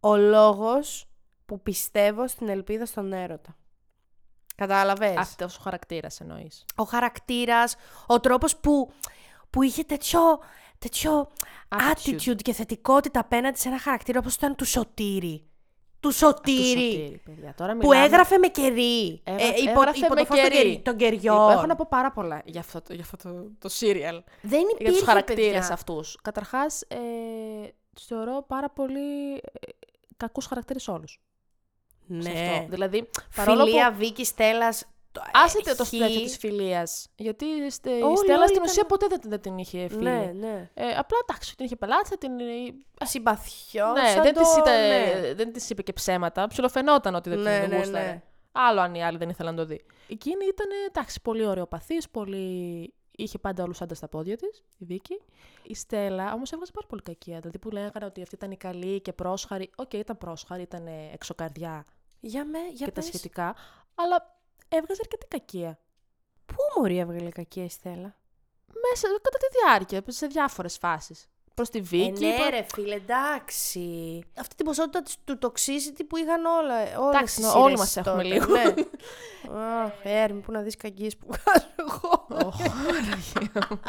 ο λόγος που πιστεύω στην ελπίδα στον έρωτα. Κατάλαβες. Αυτός ο χαρακτήρας εννοείς. ο χαρακτήρας, ο τρόπος που, που είχε τέτοιο, τέτοιο Attitude. attitude. και θετικότητα απέναντι σε ένα χαρακτήρα όπως ήταν του Σωτήρη. Του Σωτήρη. παιδιά. Τώρα που μιλάμε- έγραφε με κερί. Έγραφε- ε, υπό, έγραφε υπό με το φως των κερί. κερι- των κεριών. Λοιπόν, Έχω να πω πάρα πολλά για αυτό το, για αυτό το, το serial. Δεν Για τους υπήρχε, χαρακτήρες παιδιά. αυτούς. Καταρχάς, ε, τους θεωρώ πάρα πολύ ε, κακούς χαρακτήρες όλους. Ναι. Σε αυτό. Δηλαδή, παρόλο Φιλία που... Βίκης Στέλλας. το- ε, Άσε το χ. στέλιο της φιλίας. Γιατί η Στε- η Όλοι, Στέλλα όλοι στην ήταν- ουσία ποτέ δεν, δεν την είχε φίλη. Ναι, ναι. Ε, απλά εντάξει, την είχε πελάτη, θα την. ε, Συμπαθιό. Ναι, δεν, της είτε, Ναι. δεν της είπε και ψέματα. Ψιλοφαινόταν ότι δεν Ναι, την ναι, γούσταρε. ναι. Άλλο αν οι άλλοι δεν ήθελαν να το δει. Εκείνη ήταν εντάξει, πολύ ωραιοπαθής, πολύ. Είχε πάντα όλους άντρε στα πόδια της, η Βίκη. Η Στέλλα όμως έβγαζε πάρα πολύ κακία. Δηλαδή που λέγανε ότι αυτή ήταν η καλή και πρόσχαρη. Οκ, ήταν πρόσχαρη, ήταν εξοκαρδιά Για με, για και τα πες. σχετικά. Αλλά έβγαζε αρκετή κακία. Πού μωρή έβγαλε κακία η Στέλλα. Μέσα, κατά τη διάρκεια, σε διάφορες φάσεις. Προς τη Βίκη. Ε, ναι, προς- ρε φίλε, εντάξει. Αυτή την ποσότητα της, του toxicity που είχαν όλα. Όλες Εντάξει, οι ναι, σειρές όλοι μας τότε, έχουμε λίγο. Ναι. Αχ, Έρμη, που να δεις κακίες που βγάζω εγώ. Ωχ, Παναγία μου.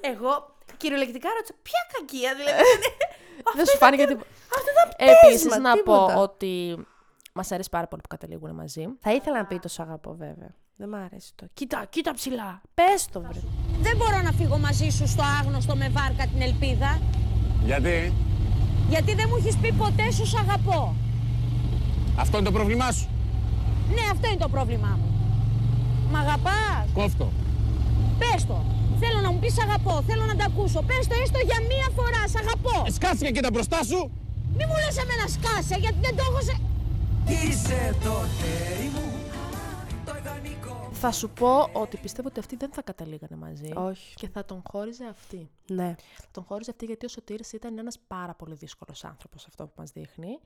εγώ κυριολεκτικά ρώτησα ποια κακία, δηλαδή. Δεν σου φάνηκε τίποτα. Αυτό ήταν Επίσης, πτέσμα, να πω τίποτα. ότι μας αρέσει πάρα πολύ που καταλήγουν μαζί. Θα ήθελα να πει το σ' αγαπώ, βέβαια. Δεν μ' αρέσει το. Κοίτα, κοίτα ψηλά. Πες το, βρε. Δεν μπορώ να φύγω μαζί σου στο άγνωστο με βάρκα την ελπίδα. Γιατί Γιατί δεν μου έχεις πει ποτέ σου σ' αγαπώ. αυτό είναι το πρόβλημά σου. Ναι, αυτό είναι το πρόβλημά μου. Μ' αγαπάς. Κόφτο. Πες το. Θέλω να μου πεις σ' αγαπώ. Θέλω να τα ακούσω. Πες το έστω για μία φορά. Σ' αγαπώ. Σκάθηκε Ε, και τα μπροστά σου. Μη μου λες εμένα σκάσε γιατί δεν το έχω σε... Είσαι το τέρι μου, το ιδανικό. Θα σου πω ότι πιστεύω ότι αυτοί δεν θα καταλήγανε μαζί. Όχι. Και θα τον χώριζε αυτή. Ναι. Θα τον χώριζε αυτή γιατί ο Σωτήρης ήταν ένας πάρα πολύ δύσκολος άνθρωπος, αυτό που μας δείχνει.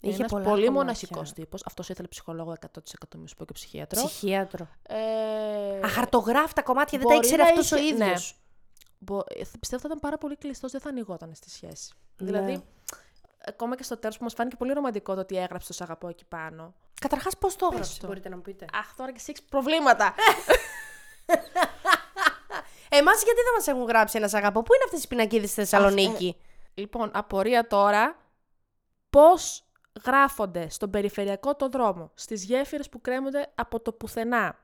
Είχε ένας πολλά πολύ κομμάτια. μοναχικός τύπος. Αυτός ήθελε ψυχολόγο 100% μη σου πω και ψυχίατρο. Ψυχίατρο. Ε... Αχαρτογράφητα κομμάτια, δεν τα μπορεί ήξερε να αυτός ο είχε- ίδιος. Ναι. Μπο- ε, θα- Πιστεύω θα ήταν πάρα πολύ κλειστός, δεν θα ανοιγόταν στη σχέση. Ναι. Δηλαδή, ακόμα και στο τέλος που μας φάνηκε πολύ ρομαντικό το ότι έγραψε το «Σ' αγαπώ εκεί πάνω. Καταρχάς, πώς το Πες έγραψε, το. μπορείτε να μου πείτε. Αχ, τώρα και εσύ έχεις προβλήματα. Εμάς γιατί δεν μας έχουν γράψει ένα σ' αγαπώ. Πού είναι αυτές οι πινακίδες στη Θεσσαλονίκη. λοιπόν, απορία τώρα. Πώς γράφονται στον περιφερειακό το δρόμο, στις γέφυρες που κρέμονται από το πουθενά.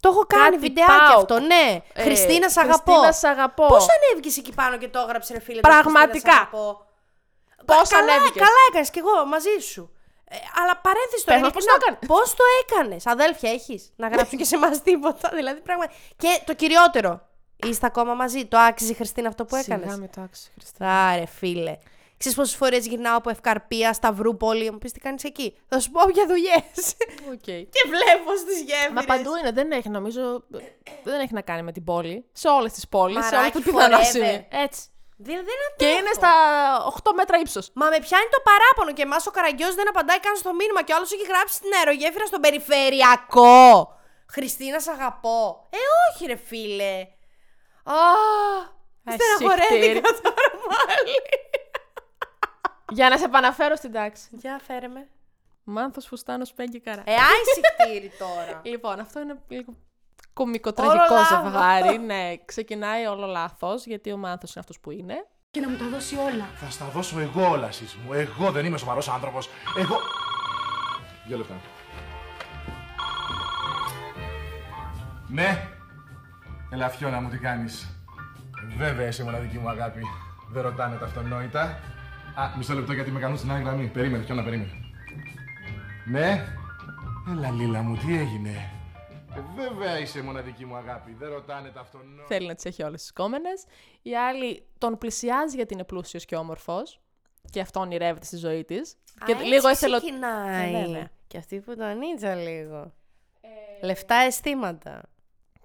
Το έχω κάνει Κάτι βιντεάκι πάω. αυτό, ναι. Ε, Χριστίνα, σ' αγαπώ. Χριστίνα, σ' αγαπώ. Πώς ανέβηκες εκεί πάνω και το έγραψε, ρε φίλε. το Πραγματικά. Χριστίνα, σ' αγαπώ. Πώς Κα- καλά- ανέβηκες. Καλά έκανες κι εγώ μαζί σου. Ε, αλλά παρένθεση Πες μας τώρα. πώς ειλικρινά, το έκανες. πώς το έκανες. Αδέλφια, έχεις να γράψουν και σε εμάς τίποτα. Δηλαδή, πράγμα. Και το κυριότερο. Είστε ακόμα μαζί. Το άξιζε η Χριστίνα αυτό που έκανες. Σιγά με το άξιζε, Χριστίνα. Άρε, φίλε. Ξέρεις πόσες φορές γυρνάω από Ευκαρπία, Σταυρούπολη, μου πεις τι κάνεις εκεί. Θα σου πω για δουλειές. Okay. και βλέπω στις γέφυρες. Μα παντού είναι, δεν έχει νομίζω. Δεν έχει να κάνει με την πόλη. Σε όλες τις πόλεις, σε όλα τα Μαράκι, πιθανά forever. σημεία. Έτσι. Δεν, δεν Και αντέχω. είναι στα 8 μέτρα ύψος. Μα με πιάνει το παράπονο και εμάς ο Καραγκιό δεν απαντάει καν στο μήνυμα και ο άλλος έχει γράψει την αερογέφυρα στον περιφερειακό. Χριστίνα, σ' αγαπώ. Ε, όχι, ρε φίλε. Α, στεναχωρέθηκα συχτήρι. τώρα πάλι. Για να σε επαναφέρω στην τάξη. Για φέρε με. Μάνθος φουστάνος πέγγι καρά. Ε, άισικτήρι τώρα. Λοιπόν, αυτό είναι λίγο κομικοτραγικό Όλο λάθος. ζευγάρι. Ναι, ξεκινάει όλο λάθος, γιατί ο Μάνθος είναι αυτός που είναι. και να μου τα δώσει όλα. Θα στα δώσω εγώ όλα σεις μου. Εγώ δεν είμαι σοβαρός άνθρωπος. Εγώ... Δύο λεπτά. Ναι. Ελαφιώνα μου τι κάνεις. Βέβαια είσαι η μοναδική μου αγάπη. Δεν ρωτάνε τα αυτονόητα. Α, μισό λεπτό γιατί με κάνουν στην άλλη γραμμή. Περίμενε, Φιώνα, περίμενε. Ναι. Έλα Λίλα μου, τι έγινε. Ε, Βέβαια είσαι η μοναδική μου αγάπη. Δεν ρωτάνε τα αυτονόητα. Θέλει να τις έχει όλες τις κόμενες. Η άλλη τον πλησιάζει γιατί είναι πλούσιος και όμορφος. Και αυτό ονειρεύεται στη ζωή της. Α, Και έτσι λίγο ήθελε. ξεκινάει. Ναι, ναι. Και αυτή που ήταν νίτσα λίγο. Λεφτά αισθήματα.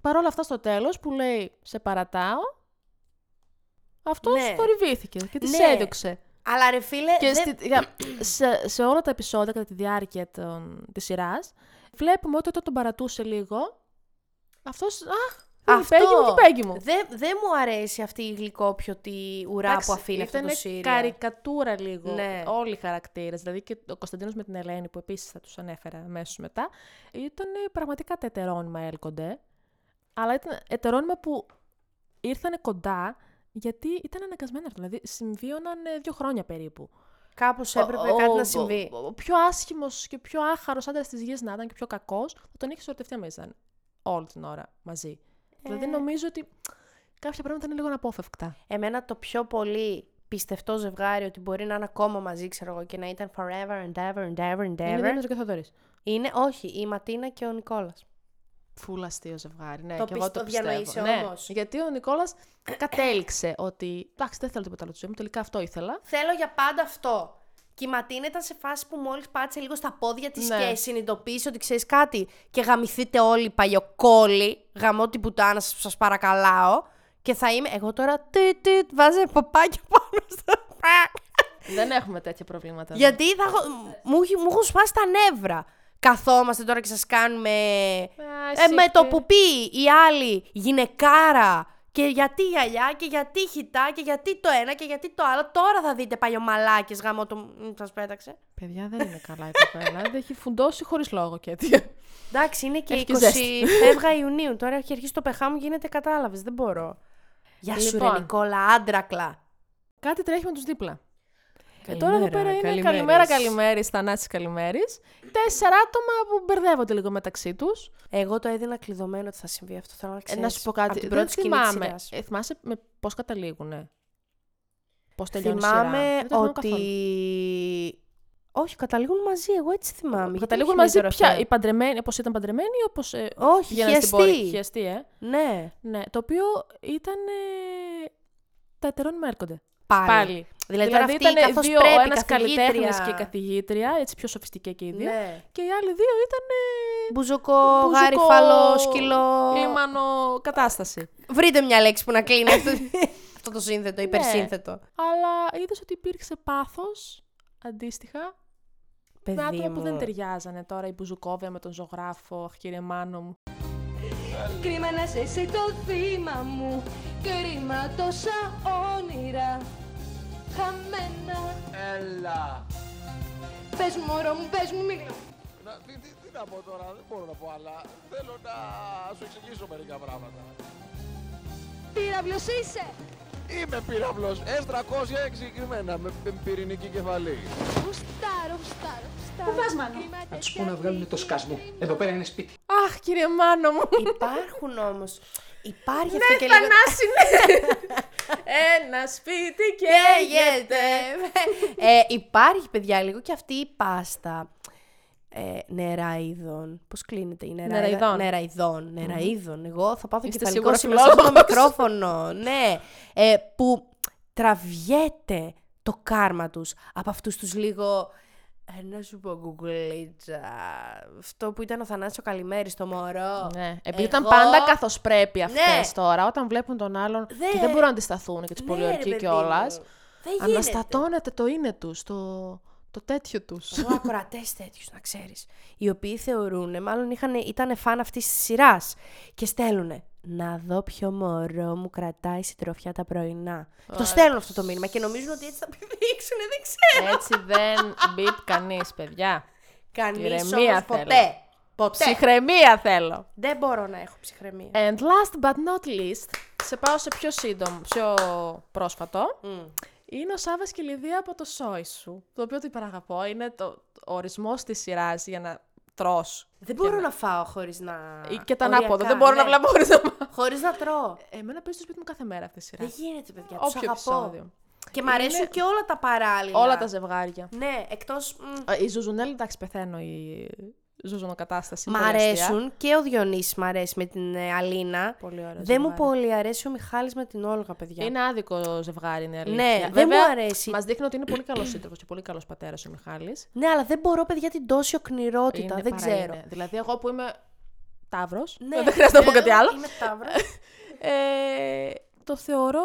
Παρ' όλα αυτά στο τέλος που λέει σε παρατάω, αυτός Ναι. θορυβήθηκε και της Ναι. έδιωξε. Αλλά ρε φίλε. Και δεν- στη- για- σε, σε όλα τα επεισόδια κατά τη διάρκεια των, της σειράς, βλέπουμε ότι όταν τον παρατούσε λίγο, αυτός, αχ, Αυτό... πέγγι μου και πέγγι μου. Δεν δεν μου αρέσει αυτή η γλυκόπιωτη ουρά Εντάξει, που αφήνει αυτό το ήτανε σύριο. καρικατούρα λίγο. Ναι. Όλοι οι χαρακτήρες. Δηλαδή και ο Κωνσταντίνος με την Ελένη, που επίσης θα τους ανέφερα αμέσως μετά, ήταν πραγματικά τα ετερόνυμα έλκονται. Αλλά ήταν ετερόνυμα που ήρθαν κοντά γιατί ήταν αναγκασμένα. Δηλαδή συμβίωναν ε, δύο χρόνια περίπου. Κάπως έπρεπε κάτι να συμβεί. Ο, ο πιο άσχημος και πιο άχαρος άντρας της γης να ήταν και πιο κακός, θα τον είχε σορτευτεί με ήταν όλη την ώρα μαζί. Δηλαδή Ε. νομίζω ότι κάποια πράγματα είναι λίγο αναπόφευκτα. Εμένα το πιο πολύ πιστευτό ζευγάρι ότι μπορεί να είναι ακόμα μαζί, ξέρω εγώ, και να ήταν forever and ever and ever and ever. Είναι ο Δήμητρος και ο Θοδωρής. Είναι, όχι, η Ματίνα και ο Νικόλας. Φουλ αστείο ζευγάρι. Ναι, Το και εγώ πις- το το πιστεύω. διανοείσαι ναι, όμως. Γιατί ο Νικόλας κατέληξε ότι. Εντάξει, δεν θέλω τίποτα άλλο τη ζωή μου, τελικά αυτό ήθελα. Θέλω για πάντα αυτό. Και η Ματίνα ήταν σε φάση που μόλις πάτησε λίγο στα πόδια της Ναι. και συνειδητοποίησε ότι ξέρεις κάτι. Και γαμηθείτε όλοι παλιοκόλλοι. Γαμώ την πουτάνα σας, σας παρακαλάω. Και θα είμαι. Εγώ τώρα. Τι, τι, βάζε παπάκια πάνω στο. δεν έχουμε τέτοια προβλήματα. εδώ. Γιατί θα έχω- μου, έχει- μου έχουν σπάσει τα νεύρα. Καθόμαστε τώρα και σας κάνουμε... Ε, εσύ με το και- που πει η άλλη γυναικάρα και γιατί γυαλιά και γιατί χιτά και γιατί το ένα και γιατί το άλλο. Τώρα θα δείτε παλιομαλάκες γάμο το... Μ, Σας πέταξε. Παιδιά δεν είναι καλά η κοπέλα. δεν έχει φουντώσει χωρίς λόγο και έτσι. Εντάξει, είναι και Έχει και 20 ζέστη. φεύγα Ιουνίου. Τώρα έχει αρχίσει το πεχά μου γίνεται κατάλαβες. Δεν μπορώ. Γεια σου Λοιπόν. ρε Νικόλα, άντρακλα. Κάτι τρέχει με τους δίπλα. Ε, τώρα Καλημέρα, εδώ πέρα είναι καλημέρες. καλημέρα, καλημέρι, θανάτη καλημέρι. Τέσσερα άτομα που μπερδεύονται λίγο μεταξύ τους. Εγώ το έδινα κλειδωμένο ότι θα συμβεί αυτό. Θέλω να Ε, ξέρεις. να σου πω Από κάτι. την δεν πρώτη σκηνή της θυμάμαι. σειράς. Ε, θυμάσαι με πώς καταλήγουνε. Πώς τελειώνει η σειρά. Θυμάμαι Δεν το θυμάμαι ότι. καθόλου. Όχι, καταλήγουν μαζί. Εγώ έτσι θυμάμαι. Καταλήγουν μαζί πια. Οι Η... παντρεμένοι, όπως ήταν παντρεμένοι ή όπως. Ε, Όχι, πηγαίνανε στην χιαστοί. πόλη. Χιαστοί, ε. Ναι. Ναι, το οποίο ήταν. Ε, τα ετερόνυμα έρχονται. Πάλι. Δηλαδή, Δηλαδή, τώρα αυτοί ήταν καθώς δύο, πρέπει, ο ένας καθηγήτρια. καλλιτέχνης και η καθηγήτρια, έτσι πιο σοφιστική και οι δύο. Ναι. Και οι άλλοι δύο ήταν. ε, Μπουζουκό, μπουζουκό, γάριφαλο, σκυλό. Λίμανο κατάσταση. Βρείτε μια λέξη που να κλείνει αυτό, αυτό το σύνθετο, Ναι. υπερσύνθετο. Αλλά είδες ότι υπήρξε πάθος αντίστοιχα. Παιδί με άτομα που δεν μου. ταιριάζανε τώρα, η Μπουζουκόβια με τον ζωγράφο, αχ, κύριε Μάνο μου. Κρίμα να σε εσύ το θύμα μου Κρίμα τόσα όνειρα Χαμένα Έλα. Πες μωρό μου, πες μου, μίλα Να- τι, τι, τι να πω τώρα, δεν μπορώ να πω άλλα. Θέλω να σου εξηγήσω μερικά πράγματα. Πύραυλος είσαι Είμαι πύραυλος, S300 συγκεκριμένα, με, με πυρηνική κεφαλή. Γουστάρω, γουστάρω, γουστάρω Πού πας, Μάνο? Κρίμα Να τους πω να βγάλουν το σκασμό. Εδώ πέρα είναι σπίτι. Αχ, κύριε Μάνο μου. Υπάρχουν όμως. Υπάρχει Ναι, αυτό και λίγο. Θανάση, Ένα σπίτι και Καίγεται. ε, υπάρχει, παιδιά, λίγο και αυτή η πάστα ε, νεραϊδών. Πώς κλείνεται η νεραίδα. Νεραϊδών. Νεραϊδών. νεραϊδών. Εγώ θα πάω Είστε κεφαλικό σίγουρος σημείο στο φιλόλογος? μικρόφωνο. ναι. Ε, που τραβιέται το κάρμα τους από αυτούς τους λίγο... Ε, να σου πω, γκουγκλίτσα. Αυτό που ήταν ο Θανάσης ο Καλημέρης στο μωρό. Ναι, επειδή ήταν Εγώ- πάντα καθώς πρέπει αυτέ Ναι. τώρα, όταν βλέπουν τον άλλον και δεν μπορούν να αντισταθούν και τους Ναι, ρε, πολιορκεί παιδί κιόλας. μου. Ε, Δεν γίνεται. Αναστατώνεται το είναι τους, το, το τέτοιο τους. Εγώ ακροατές τέτοιους, να ξέρεις. Οι οποίοι θεωρούν, μάλλον είχαν, ήταν φαν αυτής της σειράς. Και στέλνουνε. Να δω ποιο μωρό μου κρατάει συντροφιά τα πρωινά. Το Ωραία. στέλνουν αυτό το μήνυμα και νομίζουν ότι έτσι θα πηδήξουν, δεν ξέρω. Έτσι δεν μπιπ κανείς, παιδιά. Κανείς Ηρεμία όμως θέλω. ποτέ. Ποτέ. Ψυχραιμία θέλω. Δεν μπορώ να έχω ψυχραιμία. Ε, And last but not least, σε πάω σε πιο σύντομο, πιο πρόσφατο. Είναι ο Σάββας και η Λιδία από το σόι σου, το οποίο το υπεραγαπώ. Είναι το, ο ορισμός της σειράς για να τρως. Δεν μπορώ να φάω χωρίς να. Ε, Ή και τα οριακά, ανάποδα. Δεν μπορώ να ναι. βλέπω χωρίς να μ' Χωρίς να τρώω. Ε, Εμένα παίζει στο σπίτι μου κάθε μέρα αυτή η σειρά. Δεν γίνεται, παιδιά. Τους Όποιο αγαπώ. επεισόδιο. Και μ' αρέσουν Είναι και όλα τα παράλληλα. Όλα τα ζευγάρια. Ναι, εκτός. Ε, Η Ζουζουνέλ, εντάξει, πεθαίνω. Η ζωζωνοκατάσταση. Μ' πολύ αστεία. αρέσουν και ο Διονύσης μ' αρέσει με την ε, Αλίνα. Πολύ ωραίο Δεν μου ζευγάρι. πολύ αρέσει ο Μιχάλης με την Όλγα, παιδιά. Είναι άδικο ζευγάρι, είναι αλήθεια. Ναι, δεν μου αρέσει. Μας δείχνει ότι είναι πολύ καλός σύντροφος και πολύ καλός πατέρας ο Μιχάλης. Ναι, αλλά δεν μπορώ, παιδιά, την τόση οκνηρότητα. Είναι, δεν παρά ξέρω. είναι. Δηλαδή, εγώ που είμαι τάβρο. Ναι, δεν χρειάζεται να πω ναι, κάτι άλλο. είμαι ταύρος. ε, το θεωρώ.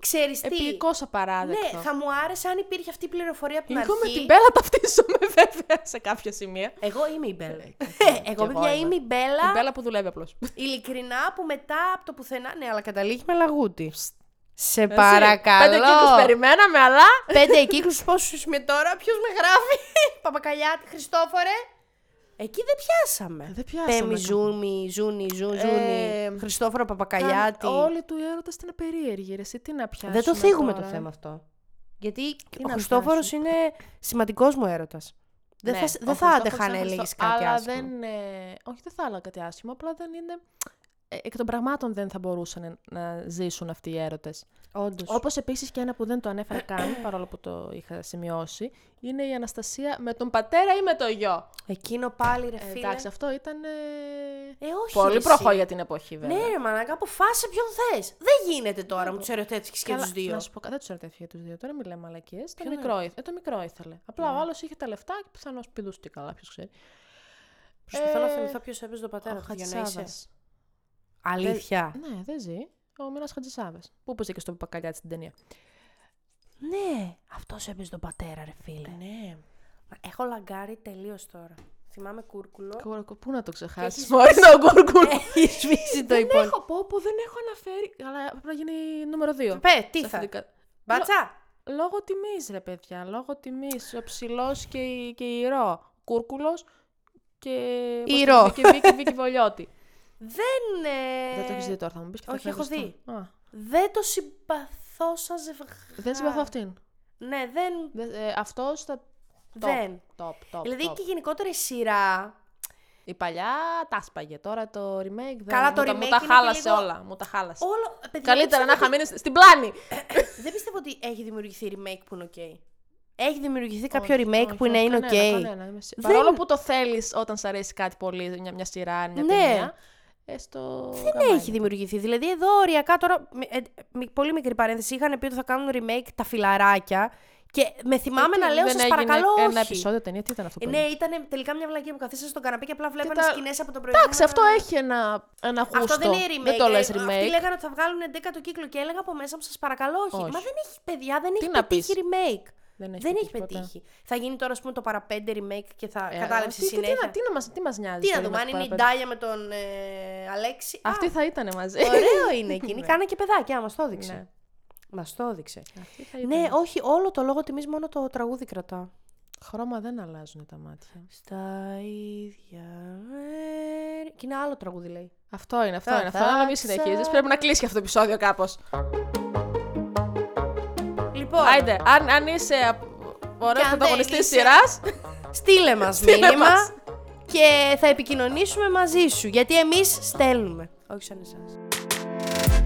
Ξέρεις τι. Επιλικό απαράδεκτο. Ναι, θα μου άρεσε αν υπήρχε αυτή η πληροφορία από την Εγώ με αρχή. την Μπέλα ταυτίζομαι βέβαια σε κάποια σημεία. Εγώ είμαι η Μπέλα. Ε, Εγώ, κι παιδιά, είμαι η Μπέλα. Η Μπέλα που δουλεύει απλώς. Ειλικρινά που μετά από το πουθενά. Ναι, αλλά καταλήγει με λαγούτη. Σε Έτσι, παρακαλώ. πέντε κύκλους περιμέναμε, αλλά- Πέντε κύκλους πόσου με τώρα, ποιος με γράφει. Παπακαλιάτη, Χριστόφορε. Εκεί δεν πιάσαμε. Δεν πιάσαμε. Πέμι, Ζούνι, Ζούνι, Ζούνι. Ε, Χριστόφορο Παπακαλιάτη. Καν- Όλοι του έρωτας είναι περίεργοι. Ρε, εσύ τι να πιάσουμε. Δεν το θίγουμε τώρα. το θέμα αυτό. Γιατί ο να Χριστόφορος είναι σημαντικός μου έρωτας. Δεν Ναι, θα, ο δεν θα Χριστόφορος άντεχα να ήταν έλεγες Χριστό- κάτι αλλά άσχημο. Δεν, ε, όχι, δεν θα έλεγα κάτι άσχημο. Απλά δεν είναι. ε, Εκ των πραγμάτων δεν θα μπορούσαν να ζήσουν αυτοί οι έρωτες. Όντως. Όπως επίσης και ένα που δεν το ανέφερα καν, παρόλο που το είχα σημειώσει, είναι η Αναστασία με τον πατέρα ή με το γιο. Εκείνο πάλι ρε Ε, φίλε. Ε, εντάξει, αυτό ήταν. Ε, όχι, Πολύ ρε, προχώ εσύ. για την εποχή, βέβαια. Ναι, ρε Μανάκα, αποφάσισε ποιον θες. Δεν γίνεται τώρα μου τους ερωτεύτηκες και Καλά, τους δύο. Να σου πω κάτι, δεν τους ερωτεύτηκε για τους δύο. Τώρα μιλάμε μαλακίες. Το, Ποιο μικρό, είναι? ήθε- ε, το μικρό ήθελε. Απλά Ναι. ο άλλος είχε τα λεφτά και πιθανώς πηδούσε και καλά, ποιος ξέρει. Προσπαθώ να Ε, θυμηθώ ποιος έπαιζε τον πατέρα ο του Διονύσια. Χατζησάβας. Αλήθεια. Δεν- ναι, δεν ζει. Ο Μίνας Χατζησάβα. Που έπαιζε και στο Παπακαλιά στην ταινία. Ναι, αυτός έπαιζε τον πατέρα, ρε φίλε. Ναι. Μα Έχω λαγκάρει τελείως τώρα. Θυμάμαι κούρκουλο. Κούρκο, πού να το ξεχάσεις. Έχεις Μόλι σβήσει- το κούρκουλο. Έχεις σβήσει το Δεν υπόλοιπο. έχω πω, πω, δεν έχω αναφέρει. Αλλά πρέπει να γίνει νούμερο 2. Πε, τι θα. Μπάτσα. Λόγω τιμής, ρε παιδιά. Λόγω τιμής. Ο ψηλός και, η- και η ηρώ. Κούρκουλος και. πώς Ηρώ. το λένε, Και Βίκυ, Βίκυ Βολιώτη. Δεν. ε, Δεν το έχεις δει τώρα, θα μου πει και θα Όχι, έχω δει. εκνευριστώ. Α, Δεν το συμπαθώ σαν ζευγάρι. Δεν συμπαθώ αυτήν. ε, Ναι, δεν. Αυτός θα. Δεν. Top, top, Δηλαδή top. και γενικότερα η σειρά. Η παλιά τα σπάγε. Τώρα το remake δεν. Καλά, μου το τα- remake Μου τα είναι και χάλασε λίγο- όλα. Μου τα χάλασε. Όλο, ε, παιδιά, Καλύτερα δεν να ξέρω είχα τι- μείνει στην πλάνη. δεν πιστεύω ότι έχει δημιουργηθεί remake που είναι OK. Έχει δημιουργηθεί κάποιο Όχι, remake όχι, που είναι, όχι, είναι OK. κανένα, κανένα, είμαι σι- Δεν- Παρόλο που το θέλεις όταν σ' αρέσει κάτι πολύ, μια, μια σειρά, μια Ναι. ταινία. ε, στο Δεν γαμάει. Ναι, έχει δημιουργηθεί. Δηλαδή, εδώ οριακά τώρα. μ- ε, μ- πολύ μικρή παρένθεση. Είχαν πει ότι θα κάνουν remake τα φιλαράκια. Και με θυμάμαι Ε, τι, να λέω, δεν σας έγινε παρακαλώ. Ένα όχι». επεισόδιο ταινία, τι ήταν αυτό Ε, που ναι, ήταν τελικά μια βλακία που καθίσαν στον καναπέ και απλά βλέπανε τα- σκηνές από τον προηγούμενο. Εντάξει, αυτό έχει ένα, ένα γούστο. Αυτό δεν είναι remake. Δεν το Ε, λες Αυτοί remake. λέγανε ότι θα βγάλουν 11ο κύκλο και έλεγα από μέσα μου, σας παρακαλώ, όχι. Όχι. Μα δεν έχει, παιδιά, δεν έχει να πετύχει πεις. remake. Δεν έχει Δεν έχει πετύχει ποτέ. πετύχει. Θα γίνει τώρα, ας πούμε, το παραπέντε remake και θα Ε, κατάλαβε τι- τι- τι να- συνέχεια. Τι να μας- τι μας νοιάζει. Τι να το δούμε, remake αν είναι η παραπέντε. Ντάλια με τον ε, Αλέξη. Α, Αυτή θα ήταν μαζί. Ωραίο είναι εκείνη. Ναι. Κάνα και παιδάκια, μας το έδειξε. Ναι. Μας το έδειξε. Αυτή θα Ναι, ήταν. όχι, όλο το λόγο τιμής μόνο το τραγούδι κρατά. Χρώμα δεν αλλάζουν τα μάτια. Στα ίδια μέρη. Και είναι άλλο τραγούδι, λέει. Αυτό είναι, αυτό Θα είναι. Αυτό. Αλλά μην ξα- συνεχίζει. Πρέπει να κλείσει και αυτό το επεισόδιο κάπως. Λοιπόν, Άιντε, αν, αν είσαι ωραίο αν δεν πρωταγωνιστής είσαι- σειράς. στείλε μας Στείλε μήνυμα μας. και θα επικοινωνήσουμε μαζί σου, γιατί εμείς στέλνουμε. Όχι σαν εσάς.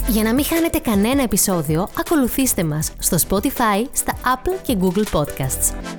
Για να μην χάνετε κανένα επεισόδιο, ακολουθήστε μας στο Spotify, στα Apple και Google Podcasts.